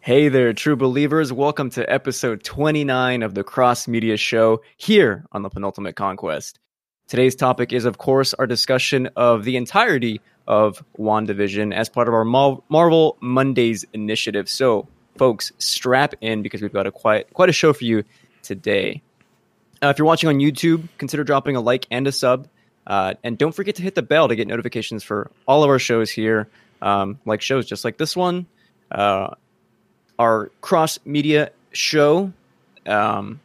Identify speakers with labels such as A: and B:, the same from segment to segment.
A: Hey there, true believers. Welcome to episode 29 of the Cross Media Show here on the Penultimate Conquest. Today's topic is, of course, our discussion of the entirety of WandaVision as part of our Mar- Marvel Mondays initiative. So, folks, strap in because we've got a quite, quite a show for you today. Uh, if you're watching on YouTube, consider dropping a like and a sub. Uh, and don't forget to hit the bell to get notifications for all of our shows here, um, like shows just like this one, uh, our cross media show um,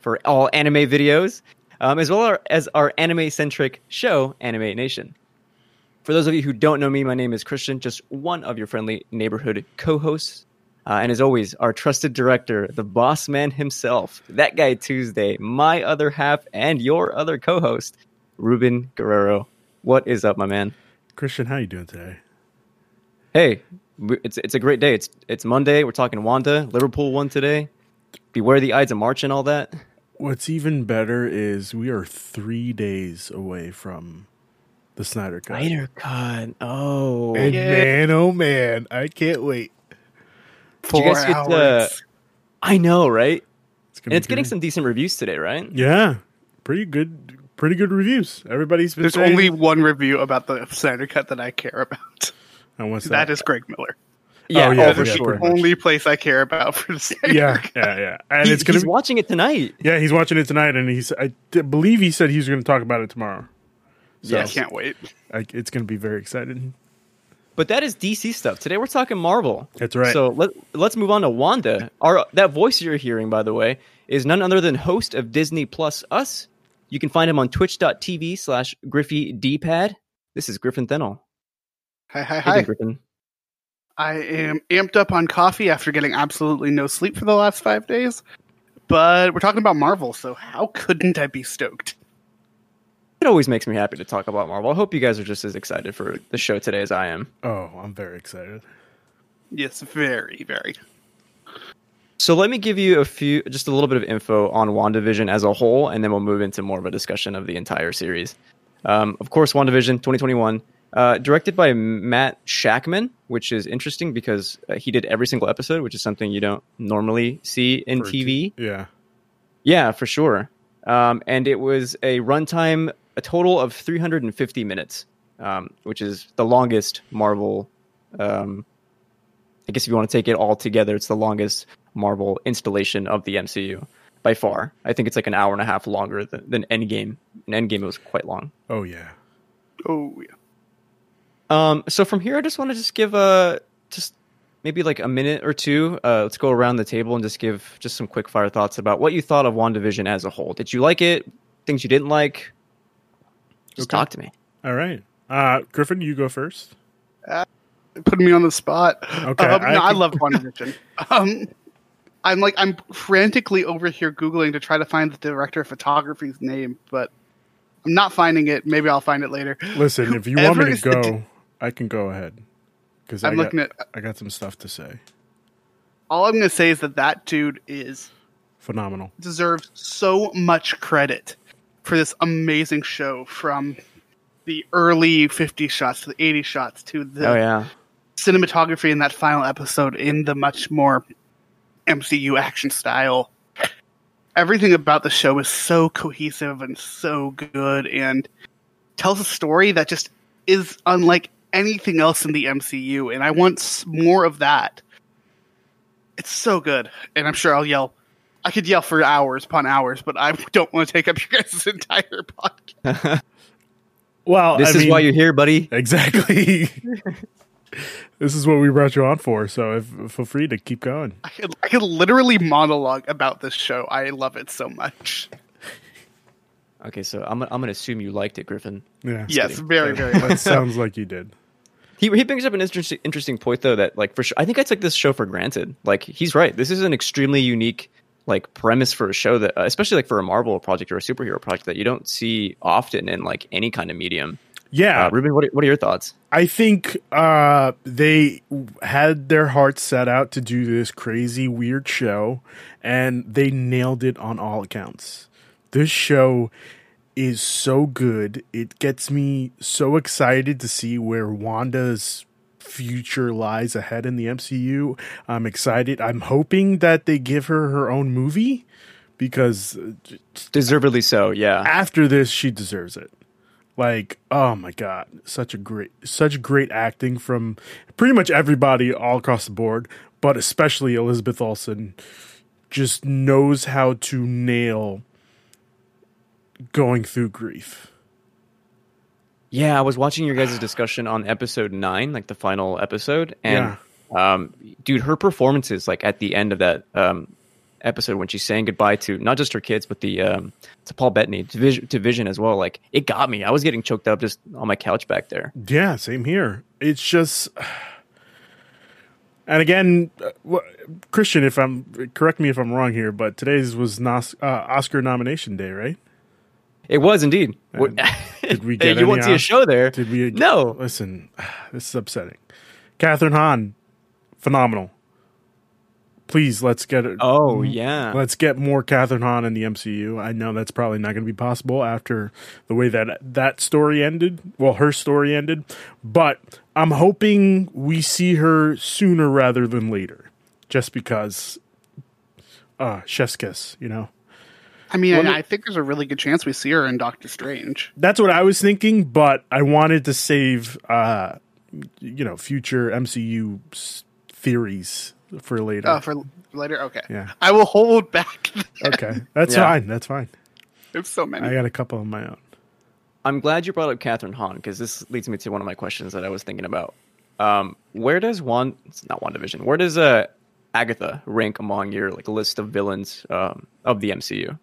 A: for all anime videos, um, as well our- as our anime centric show, Anime Nation. For those of you who don't know me, my name is Christian, just one of your friendly neighborhood co hosts. Uh, and as always, our trusted director, the boss man himself, that guy Tuesday, my other half, and your other co host, Ruben Guerrero. What is up, my man?
B: Christian, how you doing today?
A: Hey, we- it's it's a great day. It's it's Monday. We're talking Wanda. Liverpool won today. Beware the Ides of March and all that.
B: What's even better is we are three days away from the Snyder Cut.
A: Cut. Oh,
C: And man, oh man, I can't wait.
A: you guys get, uh, I know, right?
B: It's,
A: And
B: be
A: it's getting
B: good.
A: some decent reviews today, right?
B: Mm-hmm. yeah, pretty good, pretty good reviews. Everybody's been
C: There's
B: saying,
C: only one review about the Snyder Cut that I care about.
B: and what's
C: That is Greg Miller.
B: Oh, yeah,
A: oh, for
B: yeah,
A: sure.
B: pretty much.
C: Only place I care about for the Snyder
B: yeah,
C: Cut.
B: yeah, yeah, and
A: He-
B: it's gonna
A: he's
B: be,
A: watching it tonight.
B: yeah. He's watching it tonight, and he's I d- believe he said he's going to talk about it tomorrow. So
C: I can't wait.
B: I, it's going to be very exciting.
A: But that is DC stuff. Today we're talking Marvel.
B: That's right.
A: So let let's move on to Wanda. Our that voice you're hearing, by the way, is none other than host of Disney Plus Us. You can find him on twitch.tv slash Griffey Dpad. This is Griffin Thennel.
C: Hi,
A: Hey
C: hi,
A: there,
C: hi.
A: Griffin.
C: I am amped up on coffee after getting absolutely no sleep for the last five days. But we're talking about Marvel, so how couldn't I be stoked?
A: It always makes me happy to talk about Marvel. I hope you guys are just as excited for the show today as I am.
B: Oh, I'm very excited.
C: Yes, very, very.
A: So let me give you a few, just a little bit of info on WandaVision as a whole, and then we'll move into more of a discussion of the entire series. Um, of course, WandaVision 2021, uh, directed by Matt Shackman, which is interesting because uh, he did every single episode, which is something you don't normally see in
B: For a
A: TV.
B: t- yeah,
A: Yeah, for sure. Um, and it was a runtime, a total of 350 minutes, um, which is the longest Marvel. Um, I guess if you want to take it all together, it's the longest Marvel installation of the MCU by far. I think it's like an hour and a half longer than, than Endgame. And Endgame was quite long.
B: oh yeah.
C: Oh, yeah.
A: Um, so from here, I just want to just give a just maybe like a minute or two. Uh, let's go around the table and just give just some quick fire thoughts about what you thought of Wandavision as a whole. Did you like it? Things you didn't like? Just talk to me.
B: All right, uh, Griffin, you go first.
C: putting me on the spot.
B: Okay,
C: Um,
B: I
C: no, I
B: think-
C: love WandaVision. um, I'm like I'm frantically over here googling to try to find the director of photography's name, but I'm not finding it. Maybe I'll find it later.
B: Listen, if you want
C: Whoever
B: me to
C: is the
B: go, I can go ahead because I
C: I'm
B: got,
C: looking at- uh,
B: I got some stuff to say.
C: All I'm going to say is that that dude is
B: Phenomenal.
C: deserves so much credit for this amazing show from the early 50 shots to the 80 shots to the
A: Oh yeah,
C: cinematography in that final episode in the much more MCU action style. Everything about the show is so cohesive and so good and tells a story that just is unlike anything else in the MCU and I want s- more of that. It's so good and I'm sure I'll yell I could yell for hours upon hours, but I don't want to take up your guys' entire podcast.
B: Well,
A: this
B: I
A: is
B: mean,
A: why you're here, buddy.
B: exactly. this is what we brought you on for. So if, feel free to keep going.
C: I could, I could literally monologue about this show. I love it so much.
A: Okay, so I'm I'm gonna assume you liked it, Griffin.
B: Yeah.
C: yes, very, very much.
B: That sounds like you did.
A: He he brings up an interesting interesting point though that like for sure I think I took this show for granted. Like he's right. This is an extremely unique like premise for a show that uh, especially like for a Marvel project or a superhero project that you don't see often in like any kind of medium.
B: Yeah,
A: Uh, Ruben, what are, what are your thoughts?
B: I think uh, they had their hearts set out to do this crazy, weird show, and they nailed it on all accounts. This show is so good. It gets me so excited to see where Wanda's future lies ahead in the MCU. I'm excited. I'm hoping that they give her her own movie because uh, j-
A: Deservedly so, yeah.
B: after this she deserves it like oh my god such a great such great acting from pretty much everybody all across the board but especially elizabeth olsen just knows how to nail going through grief
A: Yeah, I was watching your guys' discussion on episode nine, like the final episode, and um, dude, her performances, like at the end of that um, episode when she's saying goodbye to not just her kids, but the um, to Paul Bettany, to Vision, to Vision as well. Like it got me. I was getting choked up just on my couch back there.
B: yeah same here it's just and again uh, wha- christian if i'm correct me if i'm wrong here but today's was Nos- uh, oscar nomination day right
A: It was indeed. What-
B: did we get
A: you
B: any
A: won't see a
B: Os-
A: show there?
B: Did we?
A: No.
B: Listen, this is upsetting. Catherine Hahn, phenomenal. Please let's get it.
A: Oh yeah.
B: Let's get more Catherine Hahn in the MCU. I know that's probably not going to be possible after the way that that story ended. Well, her story ended, but I'm hoping we see her sooner rather than later, just because. Uh, chef's kiss, you know.
C: I mean,
A: Well,
C: I,
A: let-
C: I think there's a really good chance we see her in Doctor Strange.
B: That's what I was thinking, but I wanted to save, uh, you know, future MCU s- theories for later.
C: Oh, for l- later. Okay.
B: Yeah.
C: I will hold back.
B: okay, that's
A: Yeah.
B: fine. That's fine.
C: There's so many.
B: I got a couple of my own.
A: I'm glad you brought up Catherine Hahn because this leads me to one of my questions that I was thinking about. Um, where does one? It's not one division. Where does uh, Agatha rank among your like list of villains um, of the MCU?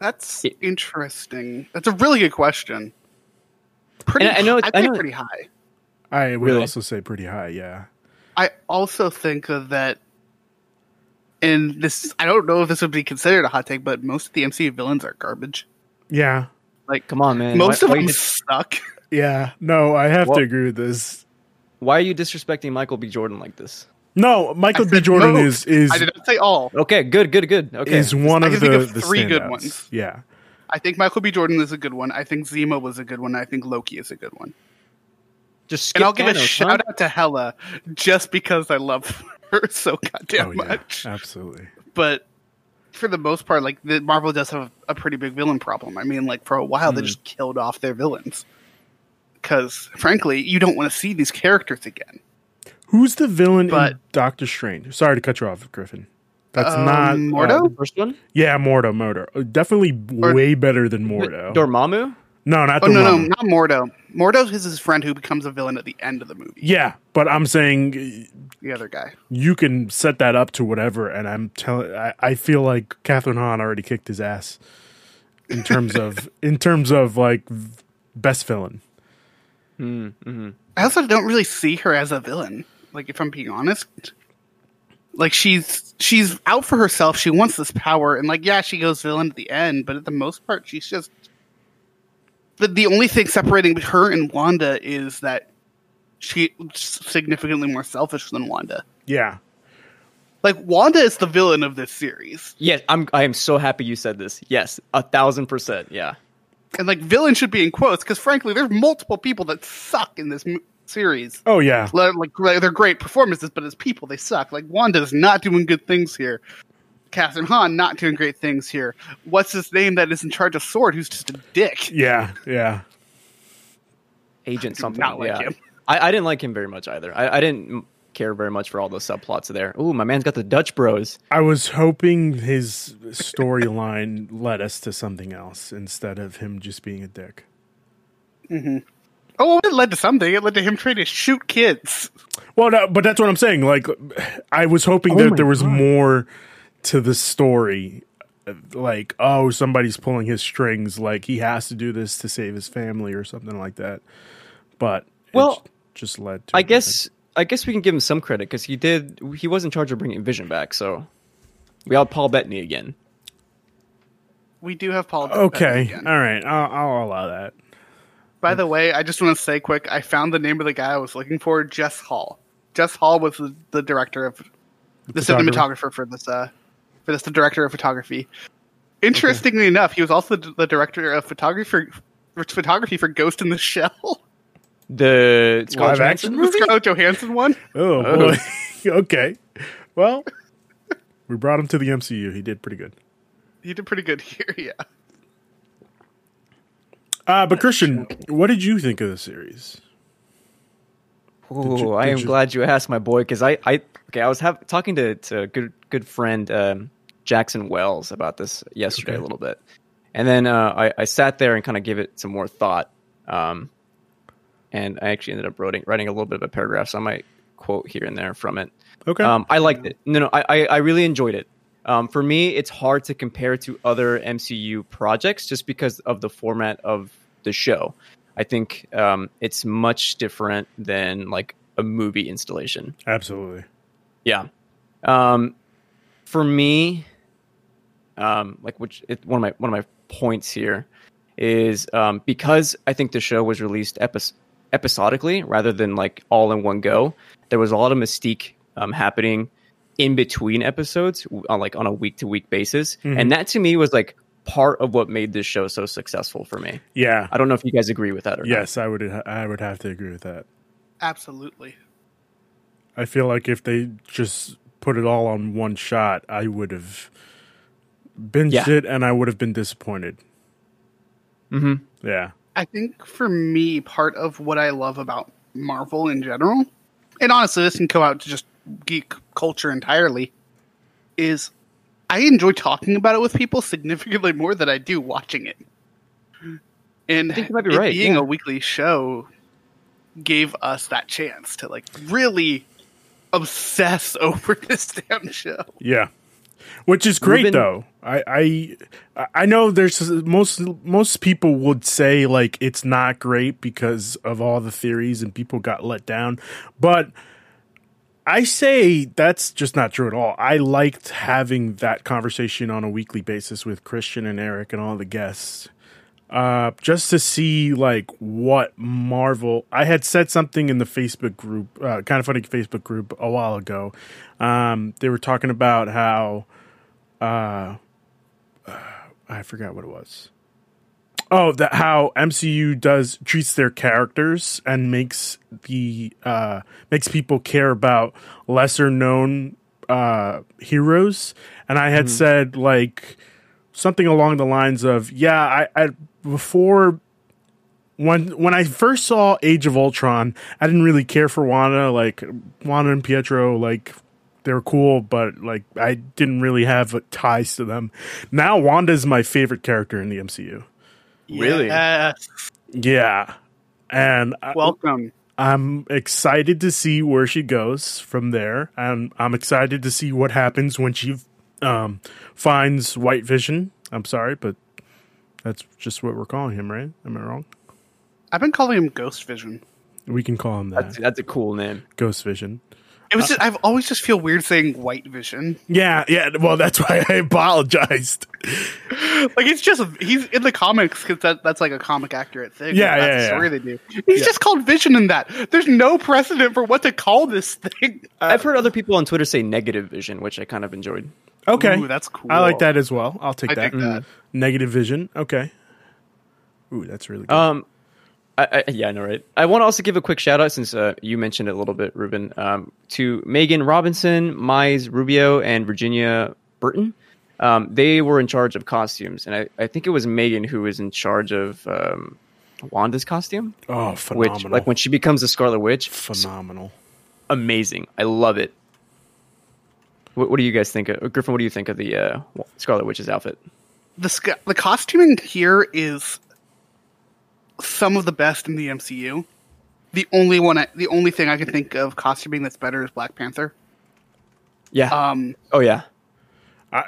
C: That's
A: It-
C: interesting. That's a really good question. Pretty,
A: And I- I know it's- I
C: think
A: know-
C: pretty high.
B: I would
A: Really?
B: also say pretty high. Yeah,
C: I also think that, and this, I don't know if this would be considered a hot take, but most of the MCU villains are garbage.
B: yeah,
A: Come on, man.
C: most
A: why,
C: of
A: why
C: them
A: you dis-
C: suck.
B: yeah. No, I have
A: Well-
B: to agree with this.
A: why are you disrespecting Michael B. Jordan like this?
B: No, Michael
C: I
B: B.
C: said
B: Jordan
C: most.
B: is is
C: I did not say all.
A: Okay, good, good, good. Okay,
B: is one
C: I
B: of
C: can
B: the,
C: think of
B: the
C: three good
B: standouts.
C: ones.
B: Yeah,
C: I think Michael B. Jordan is a good one. I think Zemo was a good one. I think Loki is a good one.
A: just skip
C: And I'll give a
A: Thanos,
C: shout
A: huh?
C: out to Hella just because I love her so goddamn
B: oh yeah,
C: much.
B: absolutely.
C: but for the most part, like the Marvel does have a pretty big villain problem. I mean, like for a while they just killed off their villains because, frankly, you don't want to see these characters again.
B: Who's the villain
C: But-
B: in Doctor Strange? Sorry to cut you off, Griffin. That's
C: Um,
B: not
C: Mordo?
A: Uh, The first one,
B: Yeah, Mordo, Mordo. Uh, Definitely
C: Or-
B: way better than Mordo.
A: Dormammu.
B: no, not
C: Oh
B: the
C: no, no,
B: one.
C: not Mordo. Mordo is his friend who becomes a villain at the end of the movie.
B: Yeah, but I'm saying uh,
C: The other guy.
B: you can set that up to whatever, and I'm telling. I, I feel like Catherine Hahn already kicked his ass in terms of in terms of like v- best villain.
C: I also don't really see her as a villain. Like if I'm being honest, like she's she's out for herself. She wants this power, and like yeah, she goes villain at the end, but at the most part, she's just. But the only thing separating her and Wanda is that she's significantly more selfish than Wanda.
B: Yeah,
C: Like Wanda is the villain of this series,
A: Yes, I'm. I am so happy you said this. Yes, a thousand percent. Yeah.
C: and like villain should be in quotes because frankly, there's multiple people that suck in this m- series.
B: Oh yeah,
C: like like, they're great performances, but as people they suck. Like Wanda's not doing good things here. Catherine Hahn not doing great things here. What's his name that is in charge of Sword? Who's just a dick?
B: yeah, yeah.
A: agent
C: do
A: something.
C: not like
A: yeah.
C: him.
A: I, I didn't like him very much either. I, I didn't m- care very much for all those subplots there. Ooh, my man's got the Dutch Bros.
B: I was hoping his storyline led us to something else instead of him just being a dick.
C: Oh, it led to something. It led to him trying to shoot kids.
B: Well, no, but that's what I'm saying. Like, I was hoping
A: Oh my
B: that there was
A: God.
B: more to the story. Like, oh, somebody's pulling his strings. Like, he has to do this to save his family or something like that. But it
A: Well,
B: j- just led to.
A: I guess I guess we can give him some credit because he did. He was in charge of bringing Vision back, so we got Paul Bettany again.
C: We do have Paul. Bettany
B: Okay.
C: again.
B: All right. I'll, I'll allow that.
C: By the way, I just want to say quick. I found the name of the guy I was looking for. Jess Hall. Jess Hall was the, the director of the
B: photographer.
C: cinematographer for this. Uh, for this, the director of photography. Interestingly enough, he was also the, the director of photography for photography for Ghost in the Shell.
A: The Scarlett
B: Live
A: Johansson
B: action?
C: The
A: movie?
C: Scarlett Johansson one?
B: Oh,
A: Oh.
B: boy. okay. Well, we brought him to the MCU. He did pretty good.
C: You did pretty good here, yeah.
B: Uh, but Christian, what did you think of the series?
A: Oh,
B: you-
A: I
B: did
A: am
B: you-
A: glad you asked, my boy, because I, I, okay, I was have, talking to, to a good, good friend um, Jackson Wells about this yesterday
B: Okay.
A: a little bit, and then uh, I, I sat there and kind of gave it some more thought, um, and I actually ended up writing, writing a little bit of a paragraph, so I might quote here and there from it.
B: Okay.
A: Um, I liked it. No, no, I, I, I really enjoyed it. Um, for me, it's hard to compare to other MCU projects just because of the format of the show. I think um, it's much different than like a movie installation.
B: Absolutely.
A: Yeah. Um, for me, um, like which it, one of my one of my points here is um, because I think the show was released epis episodically rather than like all in one go. There was a lot of mystique um, happening in between episodes, w- on like on a week to week basis,
B: Mhm.
A: and that to me was like part of what made this show so successful for me.
B: Yeah.
A: I don't know if you guys agree with that or not.
B: Yes, I would. I would have to agree with that.
C: Absolutely.
B: I feel like if they just put it all on one shot, I would have binged
A: Yeah.
B: it, and I would have been disappointed.
A: hmm
B: Yeah.
C: I think for me, part of what I love about Marvel in general, and honestly, this can go out to just geek culture entirely, is I enjoy talking about it with people significantly more than I do watching it. And
A: I think you might be
C: it
A: right,
C: being
A: yeah.
C: a weekly show gave us that chance to like really obsess over this damn show.
B: Yeah. Which is great
A: Ruben-
B: though. I, I I know there's most most people would say like it's not great because of all the theories and people got let down, but I say that's just not true at all. I liked having that conversation on a weekly basis with Christian and Eric and all the guests. Uh, just to see like what Marvel. I had said something in the Facebook group, uh, kind of funny Facebook group, a while ago. Um, they were talking about how uh, I forgot what it was. Oh, that how MCU does treats their characters and makes the uh, makes people care about lesser known uh, heroes. And I had said like something along the lines of, "Yeah, I, I before." When when I first saw Age of Ultron, I didn't really care for Wanda. Like Wanda and Pietro, like they were cool, but like I didn't really have ties to them. Now Wanda's my favorite character in the MCU.
A: Really?
C: Yes.
B: Yeah, and uh, I,
C: Welcome.
B: I'm excited to see where she goes from there, and I'm excited to see what happens when she um, finds White Vision. I'm sorry, but that's just what we're calling him, right? Am I wrong?
C: I've been calling him Ghost Vision.
B: We can call him that.
A: That's that's a cool name.
B: Ghost Vision.
C: It
A: Uh-huh.
C: was just, I've always just feel weird saying white vision.
B: Yeah, yeah. Well, that's why I apologized.
C: Like it's just he's in the comics because that, that's like a comic accurate thing.
B: Yeah,
C: that's
B: yeah,
C: the
B: yeah.
C: story they do. He's just called Vision in that. There's no precedent for what to call this thing.
B: Uh,
A: I've heard other people on Twitter say negative vision, which I kind of enjoyed.
B: Okay,
C: Ooh, that's cool.
B: I like that as well. I'll take
C: I
B: that. Mm-hmm.
C: dig that.
B: Negative vision. Okay. Ooh, that's really good.
C: Uh,
A: Um, I, I, yeah, I know, right? I want to also give a quick shout out since uh, you mentioned it a little bit, Ruben, um, to Megan Robinson, Mize Rubio, and Virginia Burton. Um, they were in charge of costumes, and I, I think it was Megan who was in charge of um, Wanda's costume,
B: oh,
A: which,
B: phenomenal!
A: like, when she becomes a Scarlet Witch,
B: phenomenal.
A: amazing. I love it. What, what do you guys think of Griffin? What do you think of the uh, Scarlet Witch's outfit?
C: the sc- the costuming here is some of the best in the MCU. The only one, I, the only thing I can think of costuming that's better is Black Panther.
A: Yeah.
C: Um,
A: oh yeah.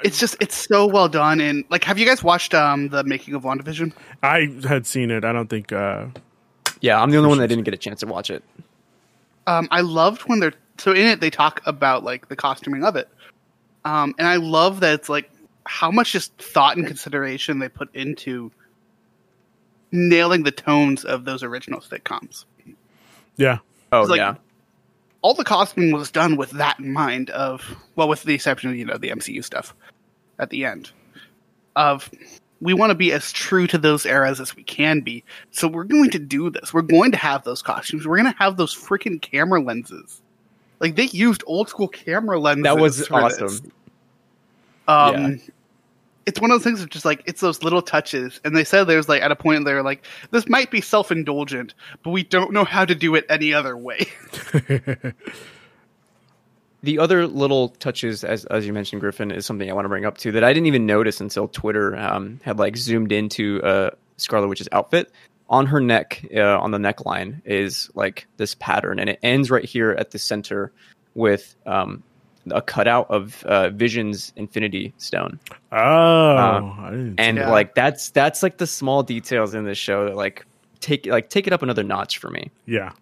C: it's just it's so well done and like, have you guys watched um the making of WandaVision?
B: I had seen it. I don't think. Uh,
A: Yeah, I'm the only one that didn't get a chance to watch it.
C: um, I loved when they're so in it. They talk about like the costuming of it, um, and I love that it's like how much just thought and consideration they put into nailing the tones of those original sitcoms.
B: yeah,
A: Oh
C: It's like-
A: yeah.
C: All the costuming was done with that in mind. Of well, with the exception of you know the MCU stuff at the end of we want to be as true to those eras as we can be. So we're going to do this. We're going to have those costumes. We're going to have those freaking camera lenses. Like they used old school camera lenses.
A: That was
C: for this.
A: awesome.
C: Um, It's one of those things of just like, it's those little touches. And they said there's like, at a point, they were like, this might be self indulgent, but we don't know how to do it any other way.
A: The other little touches, as as you mentioned, Griffin, is something I want to bring up too that I didn't even notice until Twitter um, had like zoomed into uh, Scarlet Witch's outfit. On her neck, uh, on the neckline, is like this pattern, and it ends right here at the center with um, a cutout of uh, Vision's Infinity Stone.
B: Oh, I didn't
A: and
C: Yeah.
A: like that's that's like the small details in this show that like take like take it up another notch for me.
B: Yeah.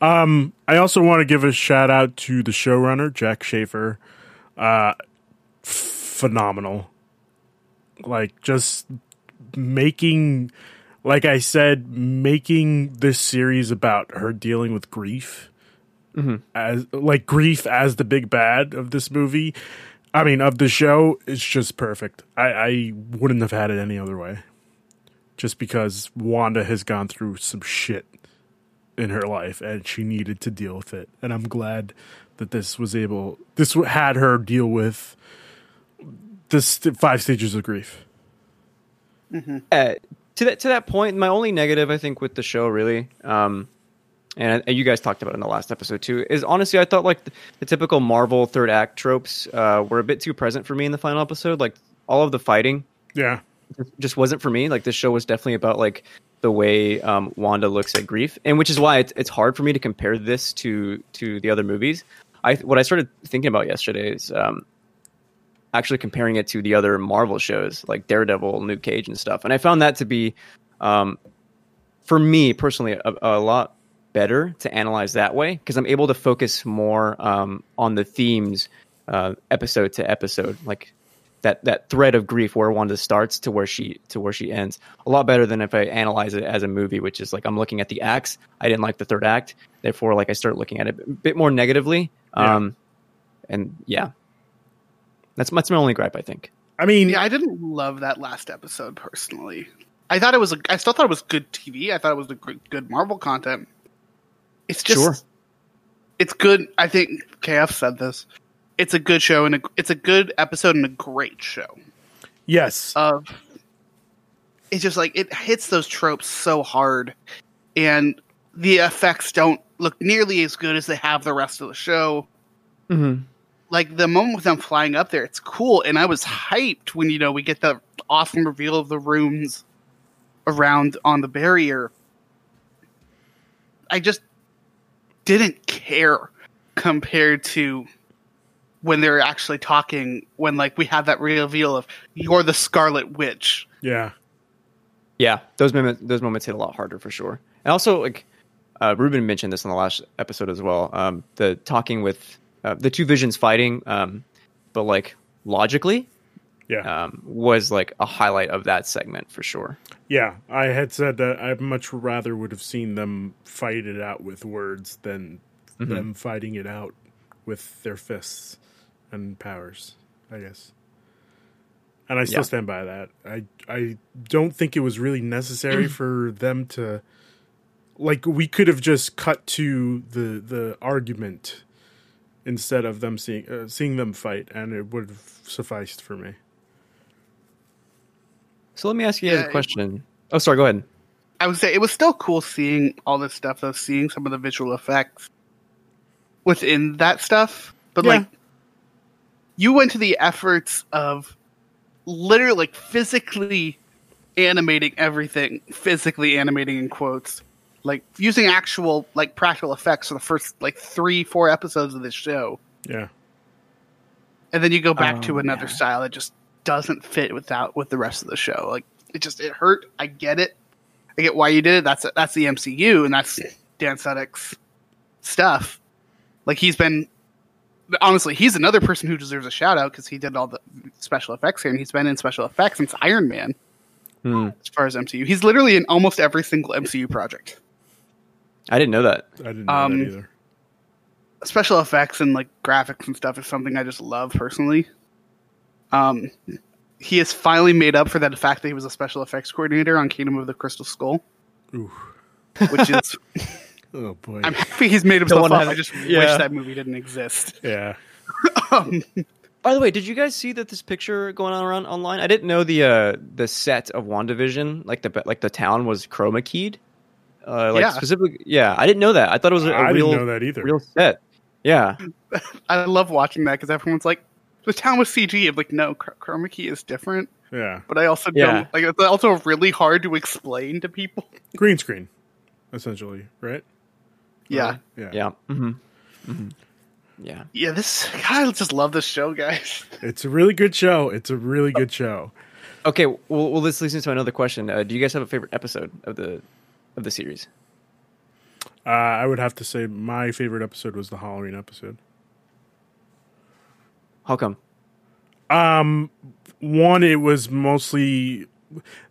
B: Um, I also want to give a shout out to the showrunner, Jack Schaefer. Uh, phenomenal. Like, just making, like I said, making this series about her dealing with grief. As like grief as the big bad of this movie, I mean of the show, is just perfect. I, I wouldn't have had it any other way, just because Wanda has gone through some shit in her life and she needed to deal with it and i'm glad that this was able this w- had her deal with the st- five stages of grief
A: Uh, to that to that point, my only negative I think with the show really, um, and, and you guys talked about it in the last episode too, is honestly I thought like the, the typical Marvel third act tropes uh, were a bit too present for me in the final episode. Like all of the fighting
B: yeah
A: just wasn't for me. Like this show was definitely about like the way um, Wanda looks at grief, and which is why it's, it's hard for me to compare this to to the other movies. I what I started thinking about yesterday is um, actually comparing it to the other Marvel shows like Daredevil, Luke Cage, and stuff, and I found that to be um, for me personally a, a lot better to analyze that way because I'm able to focus more um, on the themes uh, episode to episode, like that that thread of grief where Wanda starts to where she to where she ends. A lot better than if I analyze it as a movie, which is like I'm looking at the acts. I didn't like the third act, therefore like I start looking at it a bit more negatively.
B: Yeah.
A: Um, and yeah, that's that's my only gripe. I think
B: i mean
C: Yeah, I didn't love that last episode personally. I thought it was. A, I still thought it was good TV. I thought it was a good, good Marvel content. It's just.
A: Sure.
C: It's good. I think KF said this. It's a good show and a, it's a good episode and a great show.
B: yes
C: Of. It's just like it hits those tropes so hard, and the effects don't look nearly as good as they have the rest of the show like the moment with them flying up there, it's cool, and I was hyped when you know we get the awesome reveal of the rooms around on the barrier. I just didn't care compared to when they're actually talking when like we had that reveal of you're the Scarlet Witch.
B: yeah
A: Yeah, those moments those moments hit a lot harder for sure. And also, like uh, Ruben mentioned this in the last episode as well. Um, the talking with uh, the two visions fighting, um, but like logically,
B: yeah
A: um, was like a highlight of that segment for sure.
B: yeah i had said that i much rather would have seen them fight it out with words than
C: Mm-hmm.
B: them fighting it out with their fists and powers i guess and i still
A: Yeah.
B: stand by that i i don't think it was really necessary for them to like we could have just cut to the the argument instead of them seeing uh, seeing them fight and it would have sufficed for me
A: So let me ask you guys
C: Yeah,
A: a
C: it-
A: question. Oh, sorry. Go ahead.
C: I would say it was still cool seeing all this stuff though, seeing some of the visual effects within that stuff. But
B: Yeah.
C: like you went to the efforts of literally like physically animating everything, physically animating in quotes. Like using actual like practical effects for the first like three, four episodes of this show.
B: yeah
C: And then you go back
A: Oh,
C: to another
A: yeah.
C: style that just doesn't fit without with the rest of the show. Like it just it hurt. I get it. I get why you did it. That's that's the MCU and that's Dan Sedek's stuff. Like he's been honestly, he's another person who deserves a shout out because he did all the special effects here and he's been in special effects since Iron Man.
A: Hmm.
C: As far as MCU, he's literally in almost every single MCU project.
A: I didn't know that.
B: i didn't know
C: Um,
B: that either
C: special effects and like graphics and stuff is something I just love personally. Um, he has finally made up for that fact that he was a special effects coordinator on Kingdom of the Crystal Skull,
B: Ooh.
C: which is
B: Oh boy.
C: I'm happy he's made himself
A: one
C: up.
A: that-
C: I just
A: yeah.
C: wish that movie didn't exist.
B: yeah.
C: Um,
A: By the way, did you guys see that this picture going on around online? I didn't know the uh, the set of Wandavision, like the like the town was chroma keyed. Uh, like
C: Yeah.
A: specifically, yeah, I didn't know that. I thought it was a, a
B: I
A: real
B: didn't know that either.
A: real set. Yeah,
C: I love watching that because everyone's like, the town was CG. I'm like, no, chr- chroma key is different.
B: Yeah.
C: But I also
A: Yeah.
C: don't like. It's also really hard to explain to people.
B: Green screen, essentially, right?
C: Yeah,
B: Uh, yeah.
A: yeah, hmm yeah.
C: yeah. This God, I just love this show, guys.
B: It's a really good show. It's a really good show.
A: Okay, well, well, this leads into another question. Uh, do you guys have a favorite episode of the of the series?
B: Uh, I would have to say my favorite episode was the Halloween episode.
A: How come?
B: Um, one, it was mostly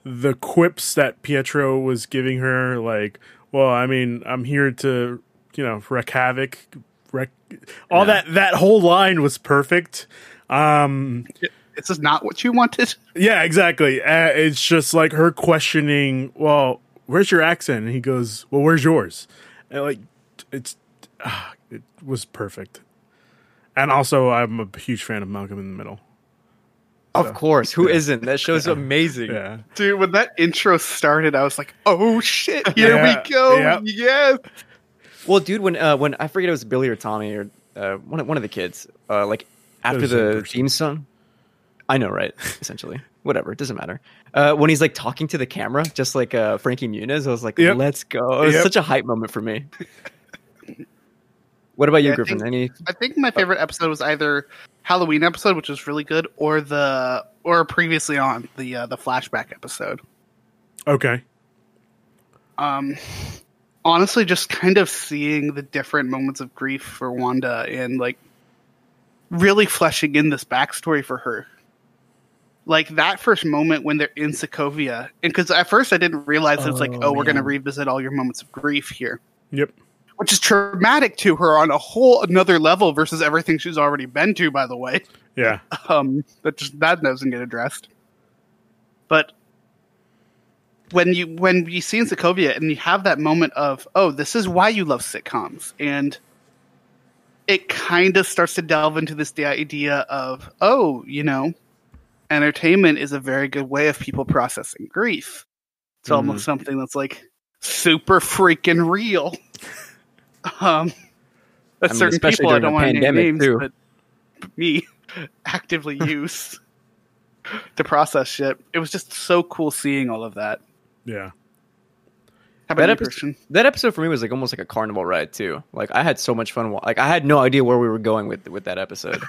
B: the quips that Pietro was giving her, like, "Well, I mean, I'm here to, you know, wreak havoc." Wreck, all
A: Yeah.
B: that that whole line was perfect. Um,
C: This is not what you wanted.
B: Yeah, exactly. Uh, it's just like her questioning, well, where's your accent? And he goes, well, where's yours? And like, it's, ah, it was perfect. And also, I'm a huge fan of Malcolm in the Middle.
A: Of course, who not That show's amazing.
B: Yeah.
C: Dude, when that intro started, I was like, "Oh shit, here
B: Yeah,
C: we go!"
B: yep.
C: Yes,
A: Well, dude, when uh, when I forget it was Billy or Tommy or uh, one of, one of the kids, uh, like after
B: They're the same
A: the
B: person.
A: theme song, I know, right? Essentially, whatever, it doesn't matter. Uh, when he's like talking to the camera, just like uh, Frankie Muniz, I was like,
B: Yep.
A: "Let's go!" It was
B: Yep.
A: such a hype moment for me. what about you,
C: Yeah, I
A: Griffin?
C: think-
A: Any?
C: I think my favorite episode was either Halloween episode, which was really good, or the or previously on the uh, the flashback episode.
B: Okay.
C: Um, honestly, just kind of seeing the different moments of grief for Wanda and like really fleshing in this backstory for her. Like that first moment when they're in Sokovia, and because at first I didn't realize it was like,
A: Oh,
C: oh, we're going to
A: man.
C: revisit all your moments of grief here.
B: Yep.
C: which is traumatic to her on a whole another level versus everything she's already been to by the way
B: Yeah.
C: um that just that doesn't get addressed but when you when you see in Sokovia and you have that moment of oh this is why you love sitcoms and it kind of starts to delve into this the idea of oh you know entertainment is a very good way of people processing grief it's
A: Mm-hmm.
C: almost something that's like super freaking real um that
A: I mean,
C: certain
A: especially
C: people i
A: during
C: don't
A: the
C: want to name
A: pandemic,
C: names
A: too.
C: but me actively use to process shit. It was just so cool seeing all of that.
B: Yeah.
C: How about
A: That
C: you,
A: episode,
C: Christian?
A: that episode for me was like almost like a carnival ride too. Like I had so much fun. wa- Like I had no idea where we were going with with that episode.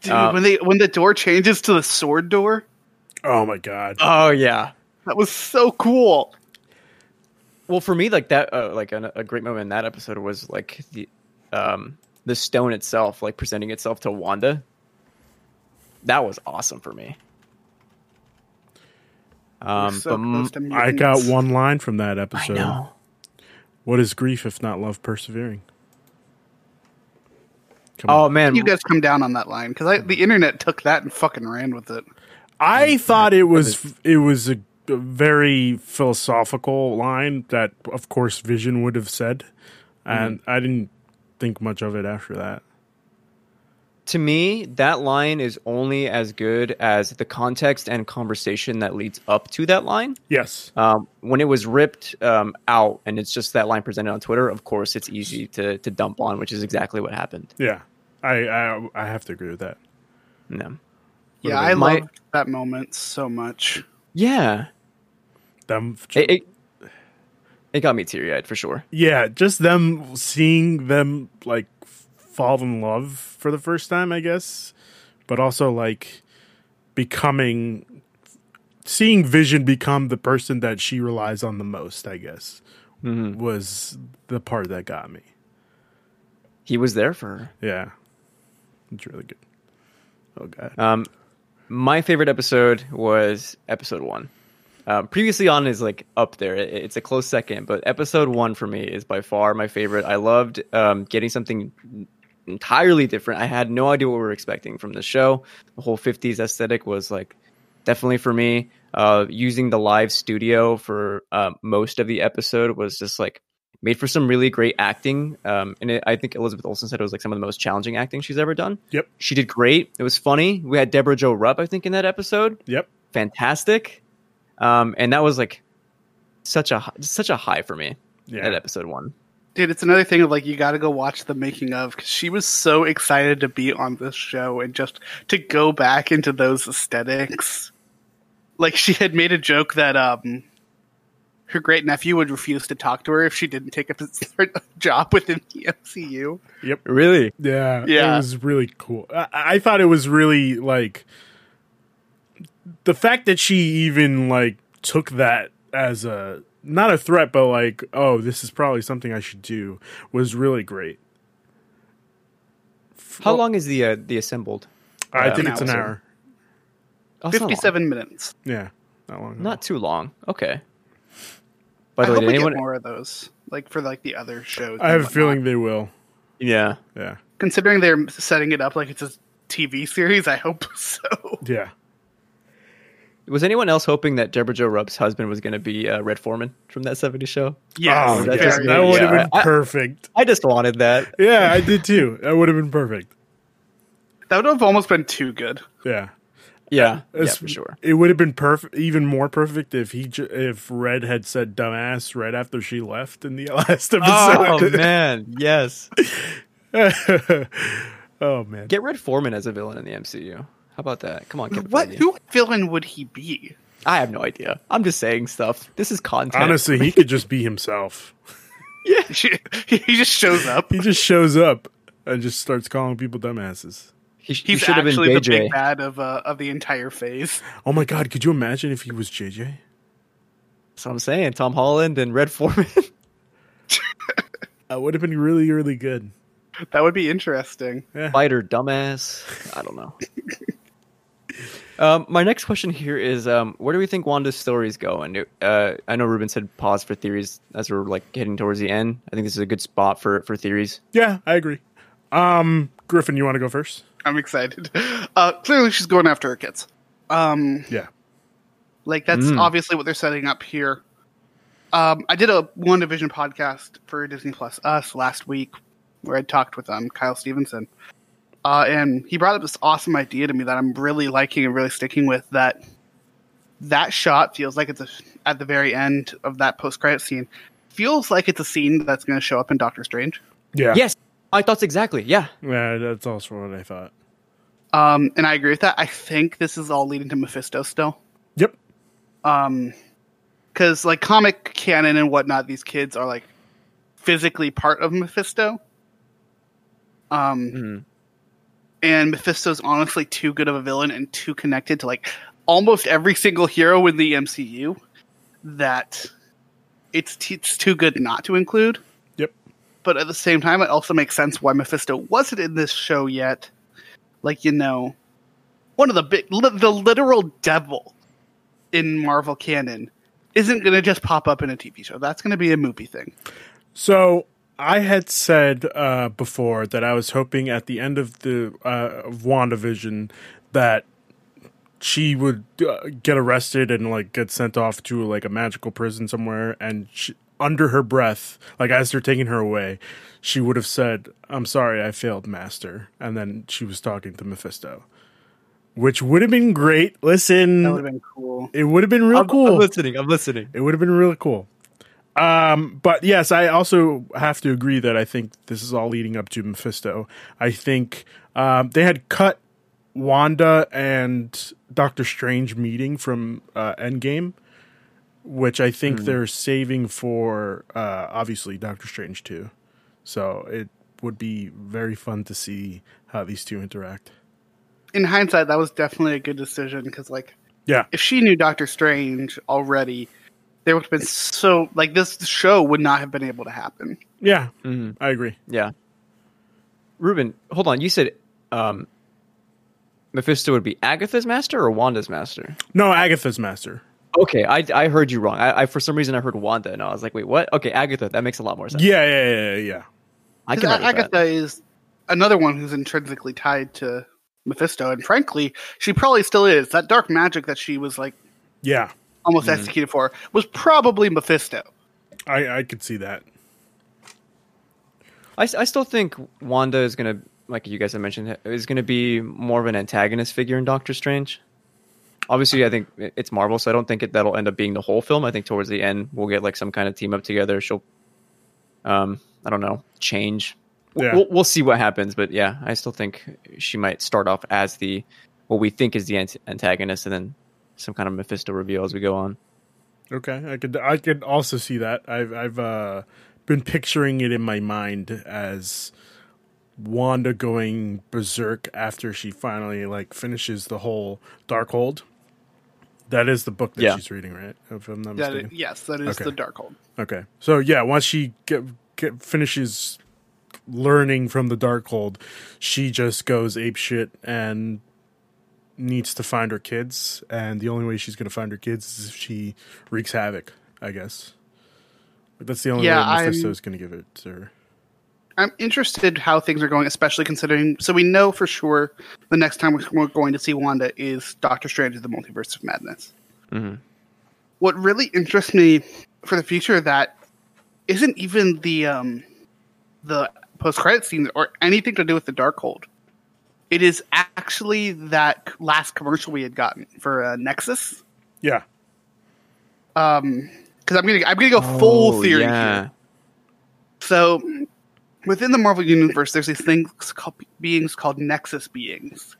C: Dude,
A: Uh,
C: when they when the door changes to the sword door,
B: Oh my God.
A: oh yeah,
C: that was so cool.
A: well for me like that uh, like an, a great moment in that episode was like the um the stone itself like presenting itself to wanda that was awesome for me um
C: So
A: but
C: close
A: m-
C: to
B: I
C: mutants.
B: got one line from that
A: i
B: episode.
A: know
B: What is grief if not love persevering? Come
A: oh
B: on.
A: man
C: You guys come down on that line because the internet took that and fucking ran with it.
B: I thought it was it was a very philosophical line that, of course, Vision would have said, and I didn't think much of it after that.
A: to me that line is only as good as the context and conversation that leads up to that line
B: Yes,
A: um, when it was ripped um, out and it's just that line presented on twitter of course it's easy to, to dump on which is exactly what happened
B: yeah, I I, I have to agree with that.
A: no.
C: Yeah, I
A: My-
C: loved that moment so much.
A: yeah
B: Them,
A: it, it, it got me teary eyed for sure.
B: yeah, just them seeing them like fall in love for the first time, I guess, but also like becoming, seeing Vision become the person that she relies on the most, I guess.
A: Mhm.
B: was the part that got me.
A: He was there for her.
B: Yeah. It's really good. Oh god.
A: Um, my favorite episode was episode one. Um, previously on is like up there. It- it's a close second, but episode one for me is by far my favorite. I loved um, getting something entirely different. I had no idea what we were expecting from the show. The whole 50s aesthetic was like definitely for me. Uh, using the live studio for uh, most of the episode was just like made for some really great acting. Um, and it, I think Elizabeth Olsen said it was like some of the most challenging acting she's ever done.
B: Yep.
A: She did great. It was funny. We had Deborah Joe Rupp, I think, in that episode.
B: Yep.
A: Fantastic. Um, and that was like such a hi- such a high for me
B: Yeah.
A: at episode one.
C: Dude, it's another thing of like you got to go watch the making of because she was so excited to be on this show and just to go back into those aesthetics. Like she had made a joke that um, her great nephew would refuse to talk to her if she didn't take up his her job within the MCU.
A: Really?
B: Yeah, it
C: Yeah.
B: was really cool. I, I thought it was really like the fact that she even like took that as a not a threat, but like, oh, this is probably something I should do was really great.
A: How long is the uh, the assembled?
B: I
A: Uh,
B: think
C: an
B: it's an
C: hour.
B: hour.
A: Oh, it's not long.
C: Fifty-seven minutes.
B: Yeah, not long. at all.
A: Not too long. Okay. By
C: I
A: the way,
C: hope
A: did
C: we
A: anyone?
C: get more of those, like for like the other shows.
B: I
C: and
B: have a
C: whatnot.
B: feeling they will.
A: Yeah.
B: Yeah,
C: considering they're setting it up like it's a TV series. I hope so.
B: yeah.
A: Was anyone else hoping that Deborah Joe Rupp's husband was going to be uh, Red Foreman from that 70s show?
C: Yes,
B: oh,
A: that's
B: yeah,
A: just-
B: that would have
A: yeah,
B: been
A: I-
B: perfect.
A: I just wanted that.
B: Yeah, I did too. That would have been perfect.
C: that would have almost been too good.
B: Yeah.
A: Yeah. Yeah,
B: It's-
A: for sure.
B: It would have been perfect, even more perfect, if he ju- if Red had said "dumbass" right after she left in the last
A: Oh,
B: episode.
A: man. Yes.
B: Oh man! Oh,
A: Get Red Foreman as a villain in the MCU. How about that? Come on. Get
C: What?
A: Brady.
C: Who villain would he be?
A: I have no idea. I'm just saying stuff. This is content.
B: Honestly, he could just be himself.
C: Yeah, he just shows up.
B: He just shows up and just starts calling people dumbasses.
A: he, he
C: He's
A: should have been
C: actually the big
A: JJ.
C: bad of uh, of the entire phase.
B: Oh my god! Could you imagine if he was JJ?
A: That's what I'm saying. Tom Holland and Red Foreman.
B: That would have been really, really good.
C: That would be interesting.
A: Fighter dumbass. I don't know. um, my next question here is, um, where do we think Wanda's stories go? And uh, I know Ruben said pause for theories as we're like heading towards the end. I think this is a good spot for for theories.
B: Yeah, I agree. Um, Griffin, you want to go first?
C: I'm excited. Uh, clearly, she's going after her kids. Um,
B: Yeah.
C: Like that's
A: Mm.
C: obviously what they're setting up here. Um, I did a One Division podcast for Disney Plus Us last week, where I talked with um, Kyle Stevenson, uh, and he brought up this awesome idea to me that I'm really liking and really sticking with. That that shot feels like it's a, at the very end of that post credit scene. Feels like it's a scene that's going to show up in Doctor Strange.
B: Yeah.
A: Yes, I thought exactly. Yeah,
B: Yeah, that's also what I thought.
C: Um, and I agree with that. I think this is all leading to Mephisto still.
B: Yep.
C: um because like comic canon and whatnot these kids are like physically part of mephisto um
A: Mhm.
C: and mephisto's honestly too good of a villain and too connected to like almost every single hero in the mcu that it's, t- it's too good not to include
B: Yep.
C: but at the same time it also makes sense why mephisto wasn't in this show yet like you know one of the big li- the literal devil in marvel canon isn't going to just pop up in a tv show that's going to be a movie thing
B: So I had said uh, before that I was hoping at the end of the uh, of WandaVision that she would uh, get arrested and like get sent off to like a magical prison somewhere, and she, under her breath, like as they're taking her away, she would have said, "I'm sorry, I failed, Master," and then she was talking to Mephisto, which would have been great. Listen,
C: that would have been cool
B: it would have been real
A: I'm,
B: cool.
A: I'm listening. I'm listening.
B: It would have been really cool. Um, but yes, I also have to agree that I think this is all leading up to Mephisto. I think um, they had cut Wanda and Doctor Strange meeting from uh, Endgame, which I think they're saving for uh, obviously Doctor Strange too. So it would be very fun to see how these two interact.
C: in hindsight that was definitely a good decision because like
B: Yeah,
C: if she knew doctor strange already there would have been so like this show would not have been able to happen
B: yeah,
A: Mhm.
B: I agree.
A: Yeah. Ruben, hold on. You said um, Mephisto would be Agatha's master or Wanda's master?
B: No, Agatha's master.
A: Okay, I, I heard you wrong. I, I for some reason I heard Wanda, and I was like, wait, what? Okay, Agatha. That makes a lot more sense.
B: Yeah, yeah, yeah, yeah.
A: I can
C: Because
A: Agatha.
C: Agatha is another one who's intrinsically tied to Mephisto, and frankly, she probably still is. That dark magic that she was like
B: Yeah,
C: almost executed for was probably Mephisto.
B: I, I could see that.
A: I, s- I still think Wanda is gonna, like you guys have mentioned, is gonna be more of an antagonist figure in Doctor Strange. Obviously, I think it- it's Marvel, so I don't think it, that'll end up being the whole film. I think towards the end we'll get like some kind of team up together. She'll, um, I don't know, change. W-
B: Yeah.
A: We'll, we'll see what happens, but yeah, I still think she might start off as the what we think is the ant- antagonist, and then some kind of Mephisto reveal as we go on.
B: Okay, I could I could also see that. I've I've uh, been picturing it in my mind as Wanda going berserk after she finally like finishes the whole Darkhold. That is the book that
A: Yeah.
B: she's reading, right? If I'm not
C: That
B: mistaken.
C: i- yes, that is
B: Okay.
C: the Darkhold.
B: Okay. So yeah, once she get, get finishes learning from the Darkhold, she just goes ape shit and needs to find her kids. And the only way she's going to find her kids is if she wreaks havoc. I guess. But that's the only
C: Yeah,
B: way Mephisto
C: I'm-
B: is going to give it to her.
C: I'm interested how things are going, especially considering. So we know for sure the next time we're- we're going to see Wanda is Doctor Strange of the Multiverse of Madness.
A: Mhm.
C: What really interests me for the future of that isn't even the um, the post credit scene or anything to do with the Darkhold. It is actually that last commercial we had gotten for uh, Nexus.
B: Yeah.
C: Because I'm gonna I'm gonna go full
A: Oh,
C: theory here. So, within the Marvel universe, there's these things called beings called Nexus beings,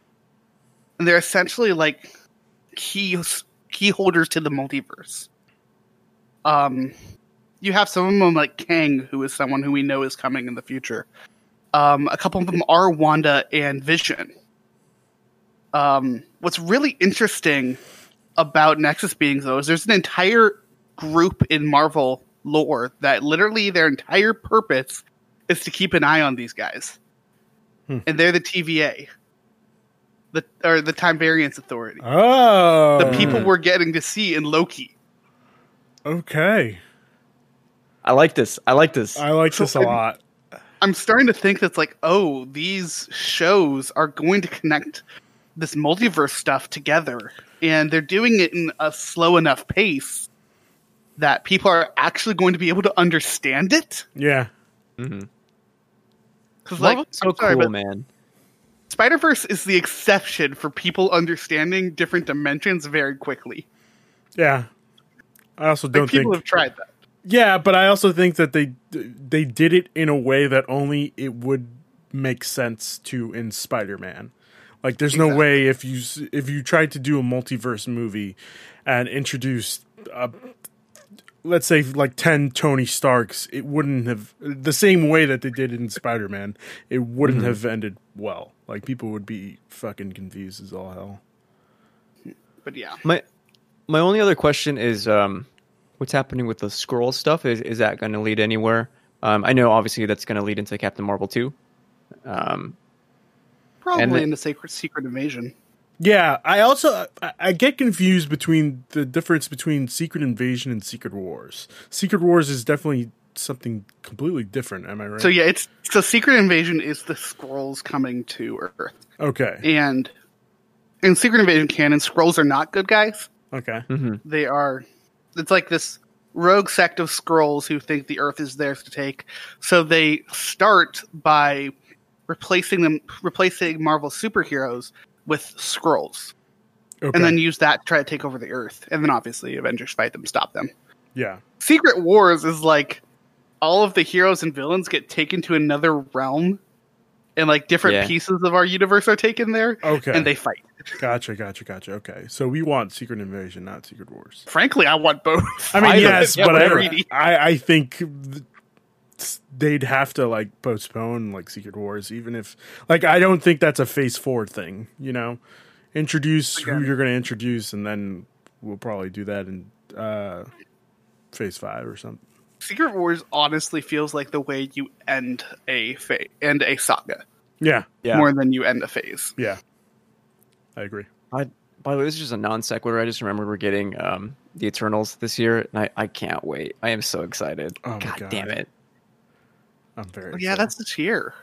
C: and they're essentially like key key holders to the multiverse. Um, you have some of them like Kang, who is someone who we know is coming in the future. Um, a couple of them are Wanda and Vision. Um, what's really interesting about Nexus beings, though, is there's an entire group in Marvel lore that literally their entire purpose is to keep an eye on these guys,
B: Hmm.
C: and they're the TVA, the or the Time Variance Authority,
B: Oh.
C: the people we're getting to see in Loki.
B: Okay.
A: I like this. I like this.
B: I like this a lot.
C: I'm starting to think that's like, oh, these shows are going to connect this multiverse stuff together, and they're doing it in a slow enough pace that people are actually going to be able to understand it.
B: Yeah.
C: Because
A: Marvel's
C: like,
A: so
C: I'm sorry,
A: cool,
C: but
A: man.
C: Spider Verse is the exception for people understanding different dimensions very quickly.
B: Yeah. I also don't
C: Like, people
B: think
C: have tried that.
B: Yeah, but I also think that they they did it in a way that only it would make sense to in Spider-Man. Like there's no
C: Exactly.
B: way if you s- if you tried to do a multiverse movie and introduced uh, let's say like 10 Tony Starks, it wouldn't have the same way that they did in Spider-Man. It wouldn't have ended well. Like people would be fucking confused as all hell.
C: But yeah,
A: My my only other question is um, what's happening with the scroll stuff? Is is that going to lead anywhere? Um, I know obviously that's going to lead into Captain Marvel too. Um, And
C: probably
A: the-
C: in the Sacred Secret Invasion.
B: Yeah, I also I, I get confused between the difference between Secret Invasion and Secret Wars. Secret Wars is definitely something completely different. Am I right?
C: So yeah, it's so Secret Invasion is the scrolls coming to Earth.
B: okay,
C: and in Secret Invasion canon, scrolls are not good guys.
B: okay,
C: They are. It's like this rogue sect of scrolls who think the Earth is theirs to take. So they start by replacing them, replacing Marvel superheroes with scrolls,
B: okay.
C: and then use that to try to take over the Earth. And then obviously, Avengers fight them, stop them.
B: yeah,
C: Secret Wars is like all of the heroes and villains get taken to another realm, and like different
A: Yeah.
C: pieces of our universe are taken there,
B: okay,
C: and they fight.
B: gotcha, gotcha, gotcha. Okay, so we want Secret Invasion, not Secret Wars.
C: Frankly, I want both.
B: I mean,
A: Either.
B: yes,
A: Yeah,
B: but
C: whatever
B: I,
C: you need.
B: I I think th- they'd have to like postpone like Secret Wars, even if like I don't think that's a Phase Four thing. You know, introduce who
C: Okay.
B: you're going to introduce, and then we'll probably do that in uh, Phase Five or something.
C: Secret Wars honestly feels like the way you end a fa- end a saga
B: Yeah,
A: yeah.
C: more than you end a phase.
B: yeah, I agree.
A: I, by the way, this is just a non sequitur. I just remembered we're getting um, the Eternals this year, and I, I can't wait. I am so excited.
B: Oh my
A: God,
B: God.
A: damn it!
B: I'm very
C: Oh, yeah,
B: excited.
C: that's this year.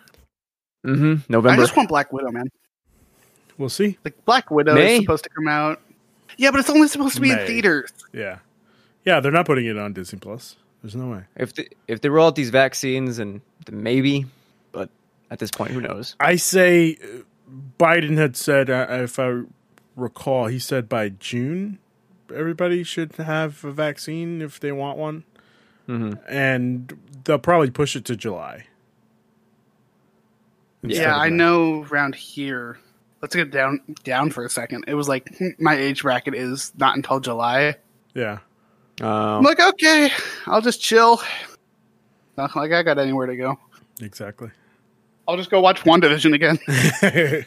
A: hmm
C: I
A: November.
C: just want Black Widow, man.
B: We'll see.
C: Like Black Widow
A: May?
C: is supposed to come out. Yeah, but it's only supposed to be
B: May.
C: in theaters.
B: Yeah. Yeah, they're not putting it on Disney Plus. There's no way.
A: If the, if they roll out these vaccines, and then maybe, but at this point, who knows?
B: I say uh, Biden had said, uh, if I recall, he said by June everybody should have a vaccine if they want one,
A: Mm-hmm.
B: and they'll probably push it to July.
A: Yeah.
C: Yeah,
B: Instead of
C: I
B: May.
C: know around here. Let's get down down for a second. It was like hmm, my age bracket is not until July.
B: Yeah,
A: Uh,
C: I'm like, okay, I'll just chill. Not like I got anywhere to go.
B: exactly.
C: I'll just go watch WandaVision again.
B: it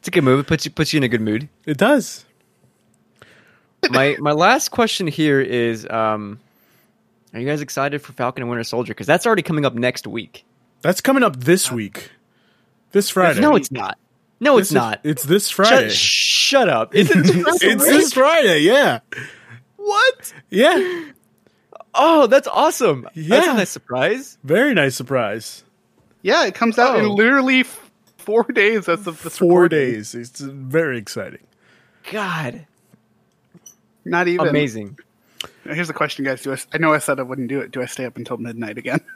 A: it's a good move. It puts you puts you in a good mood.
B: does.
A: my my last question here is: um, Are you guys excited for Falcon and Winter Soldier? Because that's already coming up next week.
B: That's coming up this week, this Friday.
A: No, it's not. No,
B: This
A: it's
B: is-
A: not.
B: It's this
A: Shut,
B: Friday.
A: shut up. It's,
B: it's this Friday. Yeah.
A: what?
B: Yeah.
A: Oh, that's awesome. That's
B: Yeah.
A: a nice surprise.
B: Very nice surprise.
C: yeah, it comes out in
A: Oh.
C: literally f- four days. That's the
B: Four days. It's very exciting.
A: God,
C: Not even
A: amazing.
C: Here's the question, guys. Do I, I know I said I wouldn't do it. Do I stay up until midnight again?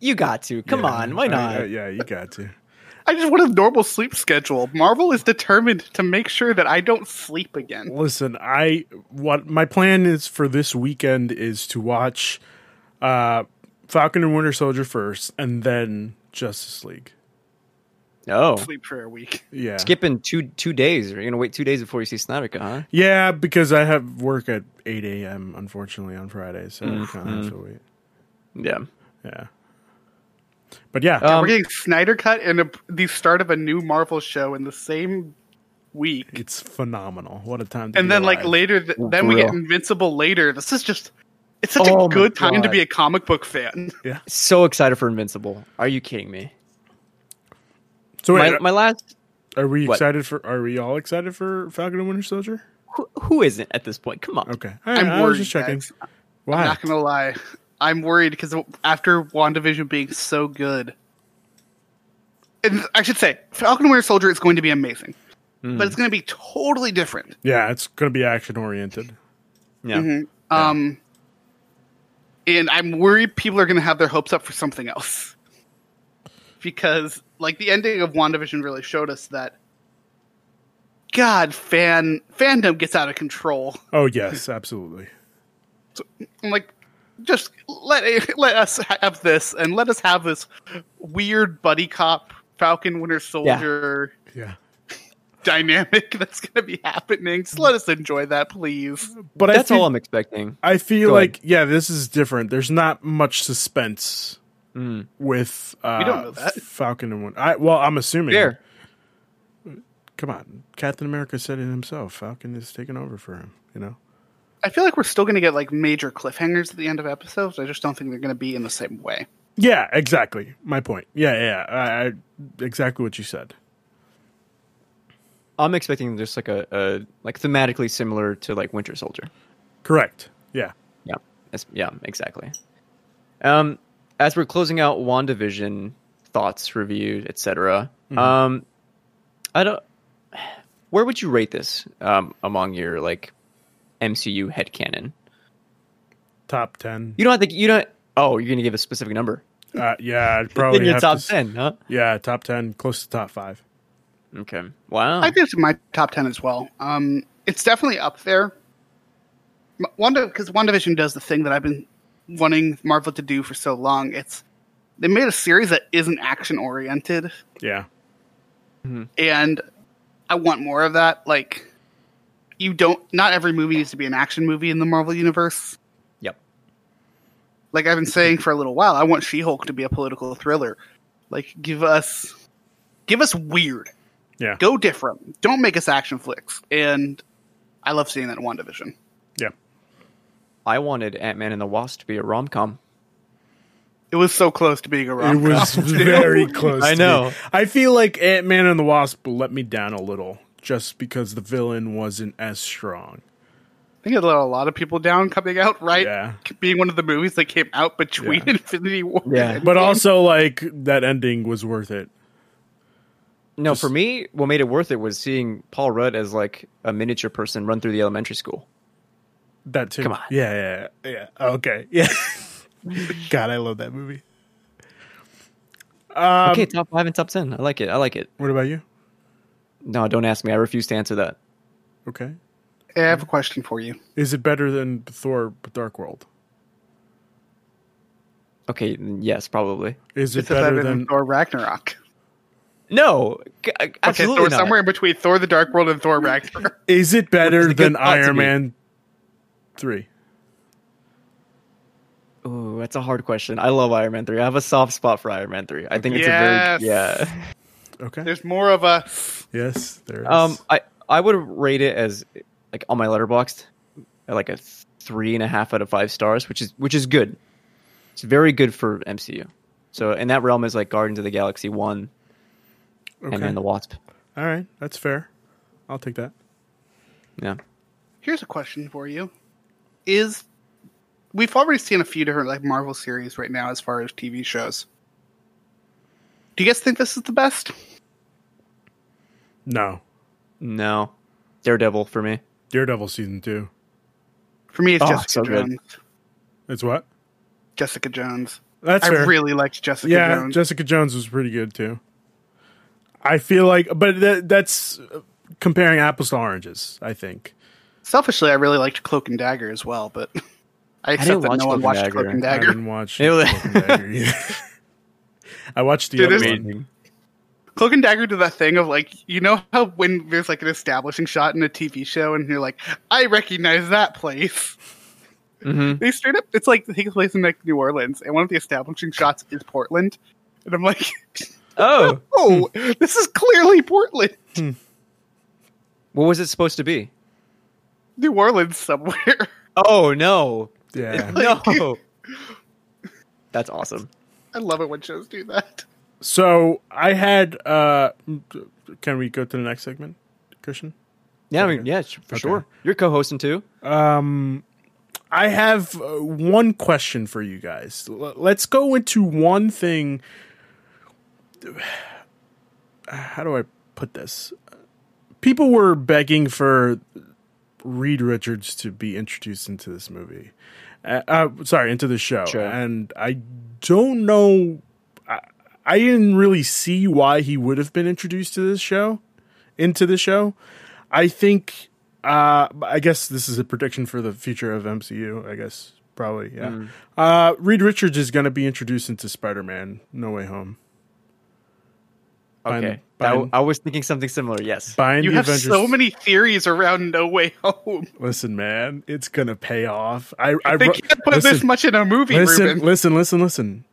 A: You got to. Come
B: Yeah.
A: on. Why
B: I-
A: not?
B: I- yeah, you got to.
C: I just want a normal sleep schedule. Marvel is determined to make sure that I don't sleep again.
B: Listen, I what my plan is for this weekend is to watch uh Falcon and Winter Soldier first and then Justice League.
A: No.
C: Sleep for a week.
B: Yeah.
A: Oh, Skipping two two days. You're gonna wait two days before you see Snyder Cut, huh?
B: Yeah, because I have work at 8 a.m. unfortunately on Friday, so I kind of have to
A: Mm-hmm.
B: wait.
A: Yeah.
B: Yeah. But yeah,
A: Um,
C: We're getting Snyder cut and a, the start of a new Marvel show in the same week,
B: it's phenomenal. What a time! To
C: and
B: be
C: then like
B: alive.
C: later, th- then we
A: real.
C: get Invincible later. This is just. It's such
A: Oh my
C: a good time to
A: God.
C: be a comic book fan.
A: So excited for Invincible. Are you kidding me?
B: So wait,
A: my, my last
B: are we
A: what?
B: excited for? Are we all excited for Falcon and Winter Soldier?
A: who, who isn't at this point? Come on.
B: Okay, All right,
C: I'm
B: I
C: worried,
B: was just checking.
C: guys.
B: Why?
C: I'm not gonna lie, I'm worried because after WandaVision being so good, and I should say Falcon and Winter Soldier is going to be amazing,
A: Hmm.
C: but it's going to be totally different.
B: yeah, it's going to be action oriented.
A: Yeah.
B: Mm-hmm.
C: Um, and I'm worried people are going to have their hopes up for something else because, like, the ending of WandaVision really showed us that. God, fan fandom gets out of control.
B: Oh yes, absolutely.
C: I'm like, just let it, let us have this, and let us have this weird buddy cop Falcon Winter Soldier
B: Yeah.
C: dynamic that's going to be happening. Just let us enjoy that, please.
B: But I
A: That's
B: feel,
A: all I'm expecting.
B: I feel
A: Go
B: like yeah, this is different. There's not much suspense
A: Hmm.
B: with uh,
C: We don't know that.
B: Falcon and one. I well, I'm assuming.
A: Fair.
B: Come on, Captain America said it himself. Falcon is taking over for him. You know.
C: I feel like we're still going to get like major cliffhangers at the end of episodes. I just don't think they're going to be in the same way.
B: Yeah, exactly. My point. Yeah, yeah, yeah. I, I, exactly what you said.
A: I'm expecting just like a, a like thematically similar to like Winter Soldier.
B: Correct. Yeah.
A: Yeah. That's, yeah, exactly. Um, as we're closing out WandaVision thoughts, review, etc. Um, I don't. Where would you rate this um, among your like MCU headcanon?
B: Top ten.
A: You don't have to. You don't. Oh, you're gonna give a specific number
B: Uh, yeah, I'd
A: in
B: probably
A: your
B: have
A: top
B: to, s-
A: ten, huh?
B: Yeah, top ten, close to top five.
A: Okay. Wow.
C: I think it's in my top ten as well. Um, it's definitely up there. M- Wanda, because WandaVision does the thing that I've been wanting Marvel to do for so long. It's they made a series that isn't action oriented,
B: Yeah.
C: and I want more of that. Like, you don't. Not every movie needs to be an action movie in the Marvel universe.
A: yep.
C: Like I've been saying for a little while, I want She-Hulk to be a political thriller. Like, give us, give us weird.
B: Yeah.
C: go different. Don't make us action flicks. And I love seeing that in WandaVision.
B: Yeah.
A: I wanted Ant Man and the Wasp to be a rom com.
C: It was so close to being a
B: It
C: rom
B: was very close.
A: I
B: to
A: know.
B: me. I feel like Ant Man and the Wasp let me down a little just because the villain wasn't as strong.
C: I think it let a lot of people down coming out, right?
B: Yeah.
C: Being one of the movies that came out between
B: Yeah.
C: Infinity War.
A: Yeah.
B: But also, like, that ending was worth it.
A: No,
B: Just-
A: for me, what made it worth it was seeing Paul Rudd as like a miniature person run through the elementary school.
B: That too.
A: Come on.
B: Yeah, yeah, yeah. yeah. Okay. Yeah. God, I love that movie. Um,
A: okay, top five and top ten. I like it. I like it.
B: What about you?
A: No, don't ask me. I refuse to answer that.
B: Okay.
C: I have a question for you.
B: Is it better than Thor: Dark World?
A: Okay, yes, probably.
B: Is it
C: It's better
B: better than?
C: Thor Ragnarok.
A: No, c- absolutely
C: okay, Thor
A: not.
C: somewhere in between Thor the Dark World and Thor Ragnarok.
B: Is it better
A: a good
B: than
A: thought to
B: Iron
A: me.
B: Man? Three.
A: Ooh, that's a hard question. I love Iron Man three. I have a soft spot for Iron Man three. I think it's
C: Yes.
A: a very yeah.
B: Okay.
C: There's more of a
B: Yes. There. It is.
A: Um, I I would rate it as like on my letterboxed at like a th- three and a half out of five stars, which is which is good. It's very good for MCU. So in that realm is like Guardians of the Galaxy one and
B: okay.
A: then the Wasp.
B: All right. That's fair. I'll take that.
A: Yeah.
C: Here's a question for you: Is we've already seen a few different like Marvel series right now as far as TV shows. Do you guys think this is the best?
B: No.
A: No, Daredevil for me.
B: Daredevil season two.
C: For me, it's
A: Oh,
C: Jessica
A: so good.
C: Jones.
B: It's what?
C: Jessica Jones.
B: That's
C: I
B: fair.
C: really liked Jessica
B: yeah,
C: Jones.
B: Jessica Jones was pretty good too. I feel like, but that, that's uh, comparing apples to oranges. I think.
C: Selfishly, I really liked Cloak and Dagger as well, but I accept
A: didn't
C: that
A: watch
C: no
A: Cloak
C: one
A: and
C: watched
A: Dagger.
C: Cloak and
B: I
C: Dagger.
B: didn't watch.
A: It was-
B: Cloak and Dagger either. I watched the
C: Dude,
B: other
C: this-
B: one.
C: Cloak and Dagger did that thing of like, you know how when there's like an establishing shot in a TV show and you're like, I recognize that place.
A: hmm
C: They straight up, it's like it takes place in like New Orleans, and one of the establishing shots is Portland, and I'm like,
A: Oh,
C: oh, this is clearly Portland,
A: what was it supposed to be?
C: New Orleans somewhere.
A: Oh no,
B: Yeah.
A: no. That's awesome.
C: I love it when shows do that.
B: So I had. uh Can we go to the next segment, Christian?
A: Yeah, I mean, yeah, sh- for
B: Okay.
A: sure. You're co-hosting too.
B: Um, I have uh, one question for you guys. L- let's go into one thing. How do I put this? People were begging for Reed Richards to be introduced into this movie. Uh, uh, sorry, into the show.
A: Sure.
B: And I don't know. I, I didn't really see why he would have been introduced to this show, into the show. I think. Uh, I guess this is a prediction for the future of MCU. I guess probably. Yeah.
C: Hmm.
B: Uh, Reed Richards is going to be introduced into Spider-Man: No Way Home. Buying-
A: Okay, I,
B: buying-
A: I was thinking something similar. Yes.
B: Buying
C: You
B: the
C: have
B: Avengers.
C: so many theories around No Way Home.
B: Listen, man, it's gonna pay off. I, I
C: They
B: wrote-
C: can't put
B: listen,
C: this much in a movie,
B: Listen,
C: Ruben.
B: listen, listen, listen.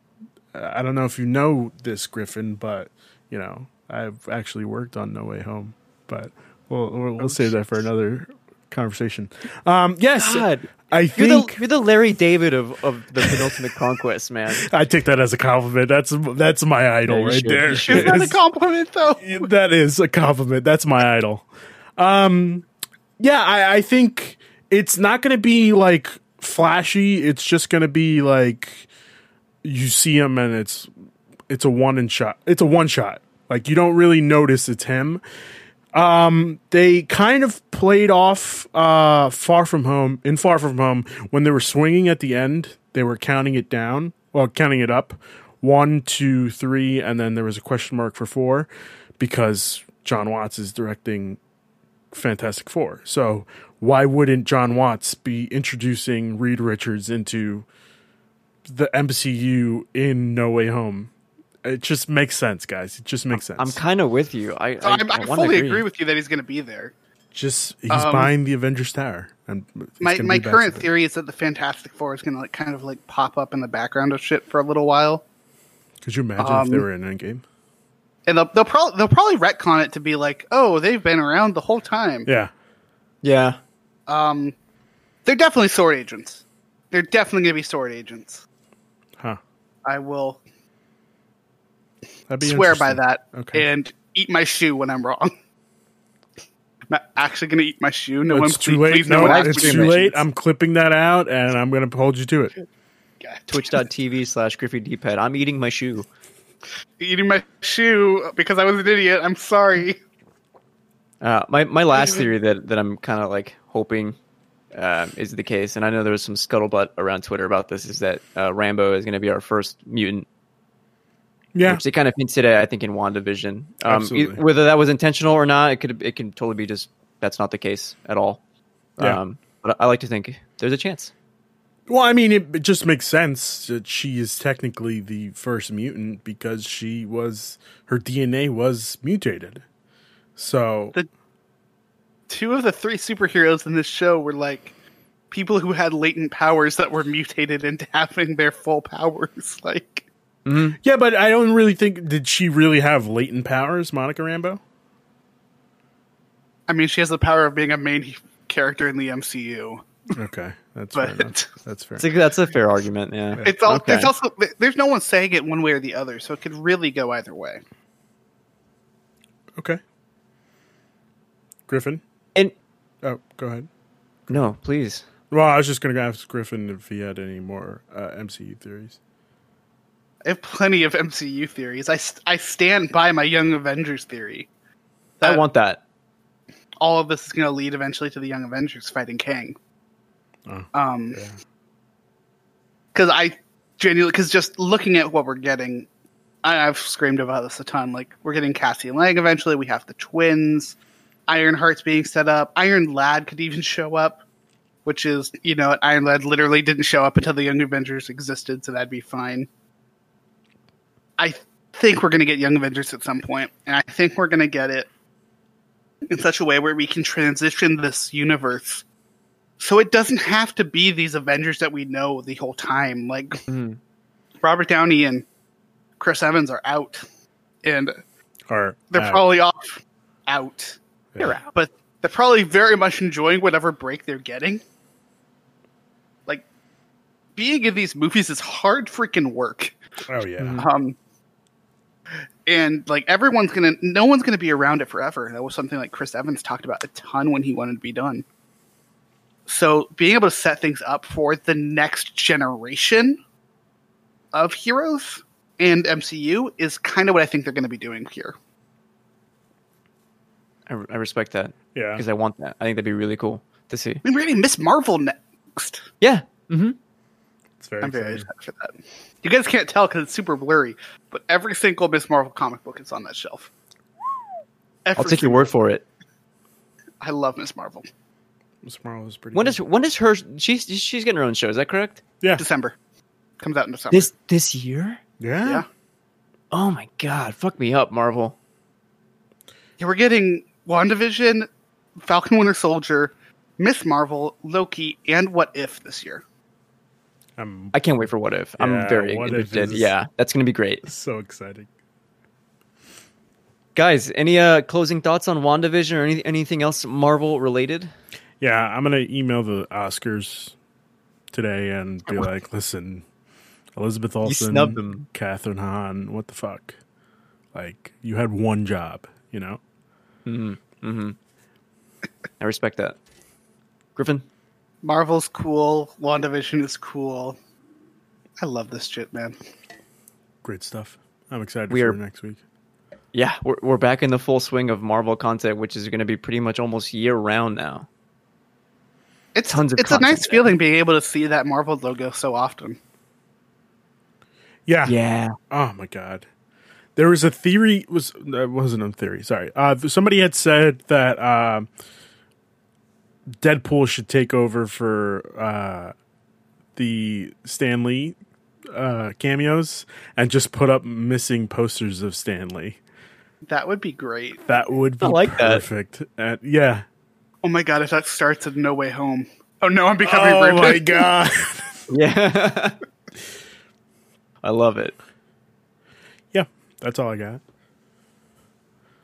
B: Uh, I don't know if you know this, Griffin, but you know I've actually worked on No Way Home, but we'll we'll, we'll save that for another conversation. Um, yes,
A: God,
B: I
A: You're
B: think
A: the, you're the Larry David of, of the penultimate conquest, man.
B: I take that as a compliment. That's that's my idol
A: Yeah, you
B: right
A: should,
B: there.
A: you should.
C: Is that a compliment though?
B: that is a compliment. That's my idol. Um, yeah, I, I think it's not going to be like flashy. It's just going to be like you see him and it's it's a one and shot. It's a one shot. Like you don't really notice it's him. Um, they kind of played off uh, Far From Home in Far From Home when they were swinging at the end. They were counting it down, well, counting it up, one, two, three, and then there was a question mark for four because John Watts is directing Fantastic Four. So why wouldn't John Watts be introducing Reed Richards into the MCU in No Way Home? It just makes sense, guys. It just makes sense.
A: I'm kind of with you. I, I,
C: I, I,
A: I wanna
C: fully
A: agree.
C: agree. with you that he's going to be there.
B: Just he's
C: Um,
B: buying the Avengers Tower. And it's
C: My
B: gonna
C: my
B: be back
C: current
B: to-
C: theory is that the Fantastic Four is going to like kind of like pop up in the background of shit for a little while,
B: Could you imagine if they
C: um,
B: were in Endgame?
C: and they'll they'll probably they'll probably retcon it to be like, oh, they've been around the whole time.
B: Yeah,
A: Yeah.
C: Um, they're definitely sword agents. They're definitely going to be sword agents.
B: huh?
C: I will
B: That'd
C: swear by
B: interesting.
C: that
B: Okay.
C: and eat my shoe when I'm wrong. I'm not actually going to eat my shoe. No one,
B: it's too
C: please,
B: late.
C: please,
B: no,
C: no one ask
B: it's
C: me
B: too
C: to-
B: late. I'm clipping that out, and I'm going to hold you to it.
C: God.
A: Twitch.tv slash Griffey Dpad. I'm eating my shoe.
C: eating my shoe because I was an idiot. I'm sorry.
A: Uh, my my last theory that that I'm kind of like hoping um, is the case, and I know there was some scuttlebutt around Twitter about this, is that uh, Rambo is going to be our first mutant,
B: Yeah.
A: which they kind of hinted at, I think, in Wandavision. Um, e-
B: Absolutely.
A: whether that was intentional or not, it could it can totally be just that's not the case at all.
B: Yeah.
A: Um, but I like to think there's a chance.
B: Well, I mean, it, it just makes sense that she is technically the first mutant because she was her DNA was mutated. So
C: The- Two of the three superheroes in this show were like people who had latent powers that were mutated into having their full powers. Like,
B: yeah, but I don't really think did she really have latent powers, Monica Rambo?
C: I mean, she has the power of being a main character in the MCU.
B: Okay, that's
C: But-
B: fair enough. That's fair.
A: It's a, that's a fair argument. Yeah.
C: It's all.
A: Okay.
C: It's also. There's no one saying it one way or the other, so it could really go either way.
B: Okay, Griffin.
A: and
B: Oh, go ahead.
A: no, please.
B: Well, I was just going to ask Griffin if he had any more uh, MCU theories.
C: I have plenty of MCU theories. I, st- I stand by my Young Avengers theory.
A: I want that.
C: all of this is going to lead eventually to the Young Avengers fighting Kang.
B: Oh,
C: Um, because I genuinely, because just looking at what we're getting, I, I've screamed about this a ton. Like we're getting Cassie and Lang eventually. We have the twins. Ironheart's being set up. Iron Lad could even show up, which is you know Iron Lad literally didn't show up until the Young Avengers existed, so that'd be fine. I think we're going to get Young Avengers at some point, and I think we're going to get it in such a way where we can transition this universe. So it doesn't have to be these Avengers that we know the whole time. Like
A: Mhm.
C: Robert Downey and Chris Evans are out, and
B: Or
C: they're
B: uh,
C: probably off out. They're out, but they're probably very much enjoying whatever break they're getting. Like being in these movies is hard freaking work.
B: Oh yeah.
C: Um, and like everyone's gonna, no one's gonna be around it forever. That was something like Chris Evans talked about a ton when he wanted to be done. So being able to set things up for the next generation of heroes and MCU is kind of what I think they're going to be doing here.
A: I, I respect that
B: Yeah.
A: because I want that. I think that'd be really cool to see.
C: I mean, we're going to miss Marvel next.
A: Yeah. hmm
B: It's very
C: I'm very
B: exciting.
C: excited for that. You guys can't tell because it's super blurry, but every single Miss Marvel comic book is on that shelf.
A: I'll
C: Every
A: take your
C: single-
A: word for it.
C: I love Miss Marvel.
B: Miss Marvel is pretty.
A: When
B: good.
A: is when is her? She's she's getting her own show. Is that correct?
B: yeah.
C: December comes out in December.
A: This this year?
B: yeah
C: yeah.
A: Oh my god! Fuck me up, Marvel.
C: Yeah, we're getting WandaVision, Falcon Winter Soldier, Miss Marvel, Loki, and What If this year.
B: I'm
A: I can't wait for What If.
B: Yeah,
A: I'm very
B: What If
A: interested.
B: is-
A: Yeah, that's gonna be great,
B: so excited.
A: guys. Any uh closing thoughts on Wandavision or any, anything else Marvel related?
B: Yeah, I'm gonna email the Oscars today and be like, "Listen, Elizabeth Olsen,
A: snubbed them.
B: Catherine Hahn, what the fuck? Like, you had one job, you know?
A: I respect that. Griffin,
C: Marvel's cool. WandaVision is cool. I love this shit, man.
B: Great stuff. I'm excited
A: We
B: for
A: are-
B: next week.
A: yeah, we're we're back in the full swing of Marvel content, which is gonna be pretty much almost year round now.
C: It's
A: Tons of
C: it's a nice
A: content.
C: feeling being able to see that Marvel logo so often.
B: Yeah.
A: Yeah,
B: Oh my god. There was a theory was that wasn't a theory. Sorry. Uh, somebody had said that um Deadpool should take over for uh, the Stan Lee uh, cameos and just put up missing posters of Stan Lee.
C: That would be great.
B: That would be
A: I like that.
B: perfect. Uh, yeah.
C: Oh my god, if that starts at No Way Home. Oh no, I'm becoming
B: oh
C: Ruben.
B: my god.
A: yeah. I love it.
B: yeah. That's all I got.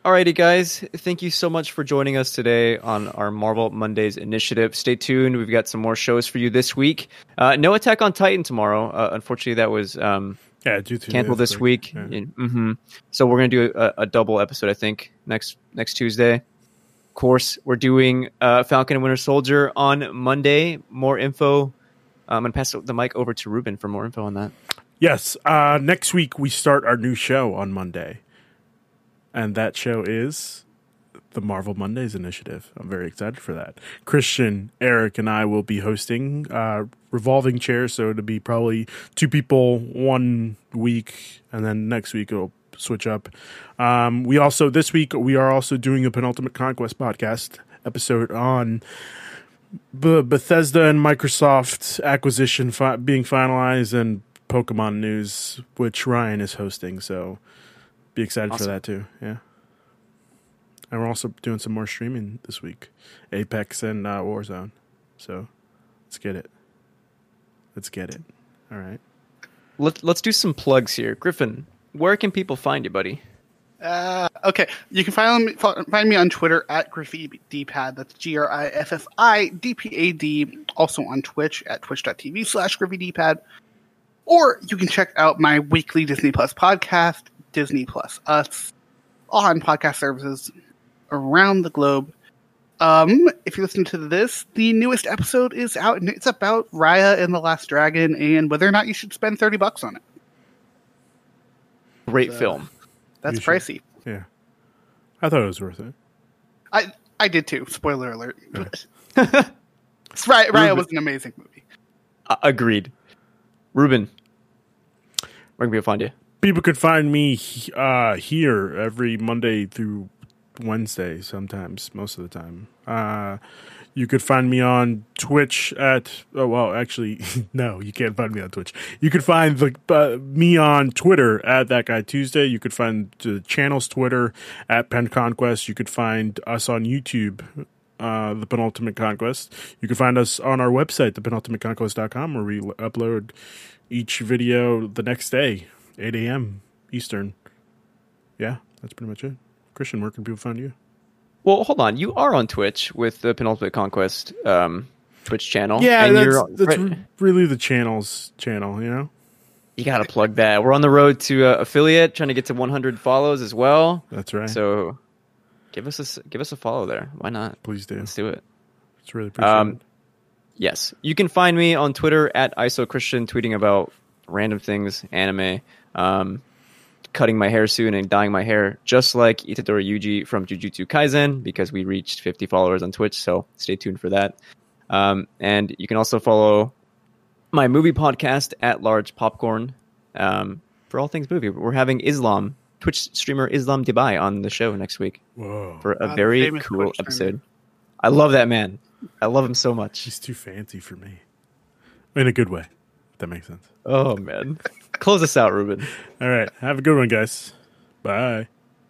A: Alrighty, guys. Thank you so much for joining us today on our Marvel Mondays initiative. Stay tuned. We've got some more shows for you this week. Uh, no Attack on Titan tomorrow. Uh, unfortunately, that was um,
B: Yeah, due to
A: canceled this week.
B: Yeah.
A: hmm So we're going to do a, a double episode, I think, next next Tuesday. Of course, we're doing uh, Falcon and Winter Soldier Uh, on Monday. More info. I'm going to pass the mic over to Ruben for more info on that.
B: Yes. Uh, next week we start our new show on Monday, and that show is the Marvel Mondays Initiative. I'm very excited for that. Christian, Eric, and I will be hosting uh, revolving chair, so it'll be probably two people one week, and then next week it'll switch up. Um, we also this week we are also doing a penultimate conquest podcast episode on B- Bethesda and Microsoft acquisition fi- being finalized and Pokemon news, which Ryan is hosting. So be excited
A: Awesome.
B: for that too. Yeah. And we're also doing some more streaming this week Apex and uh, Warzone. So let's get it. Let's get it. All right.
A: Let, let's do some plugs here. Griffin, where can people find you, buddy?
C: Uh, okay, you can find me, fo- find me on Twitter at Griffy Dpad. That's G R I F F I D P A D. Also on Twitch at twitch.tv slash Griffy Dpad. Or you can check out my weekly Disney Plus podcast, Disney Plus Us, on podcast services around the globe. Um, if you listen to this, the newest episode is out, and it's about Raya and the Last Dragon, and whether or not you should spend thirty bucks on it.
A: Great film.
C: That's
B: You should.
C: pricey.
B: Yeah. I thought it was worth it.
C: I I did too. Spoiler alert. Right, Raya was an amazing movie.
A: Uh, agreed. Ruben, where can people find you?
B: people could find me he- uh, here every Monday through Wednesday, sometimes, most of the time. Uh, you could find me on Twitch at, oh, well, actually, no, you can't find me on Twitch. You could find the, uh, me on Twitter at That Guy Tuesday. You could find the channel's Twitter at Pen Conquest. You could find us on YouTube uh, the penultimate conquest you can find us on our website thepenultimateconquest.com where we l- upload each video the next day 8 a.m eastern yeah that's pretty much it christian where can people find you
A: Well, hold on. You are on Twitch with the Penultimate Conquest um, Twitch channel.
B: yeah
A: and
B: that's,
A: you're,
B: that's
A: right-
B: re- really the channel's channel you know
A: you gotta plug that. We're on the road to uh, affiliate, trying to get to 100 follows as well.
B: that's right
A: So give us a s- give us a follow there. Why not?
B: please do
A: Let's do it.
B: it's really appreciated
A: Um, yes, you can find me on Twitter at isochristian, tweeting about random things, anime, um, cutting my hair soon and dyeing my hair, just like Itadori Yuji from Jujutsu Kaisen, because we reached 50 followers on Twitch. So stay tuned for that. Um, and you can also follow my movie podcast at Large Popcorn um, for all things movie. We're having Islam Twitch streamer Islam Dubai on the show next week
B: whoa
A: for a
C: Ah, the
A: very
C: famous
A: cool
C: Twitch streamer.
A: episode. I love that man. I love him so much.
B: he's too fancy for me in a good way if that makes sense
A: Oh man. Close us out, Ruben.
B: all right have a good one guys bye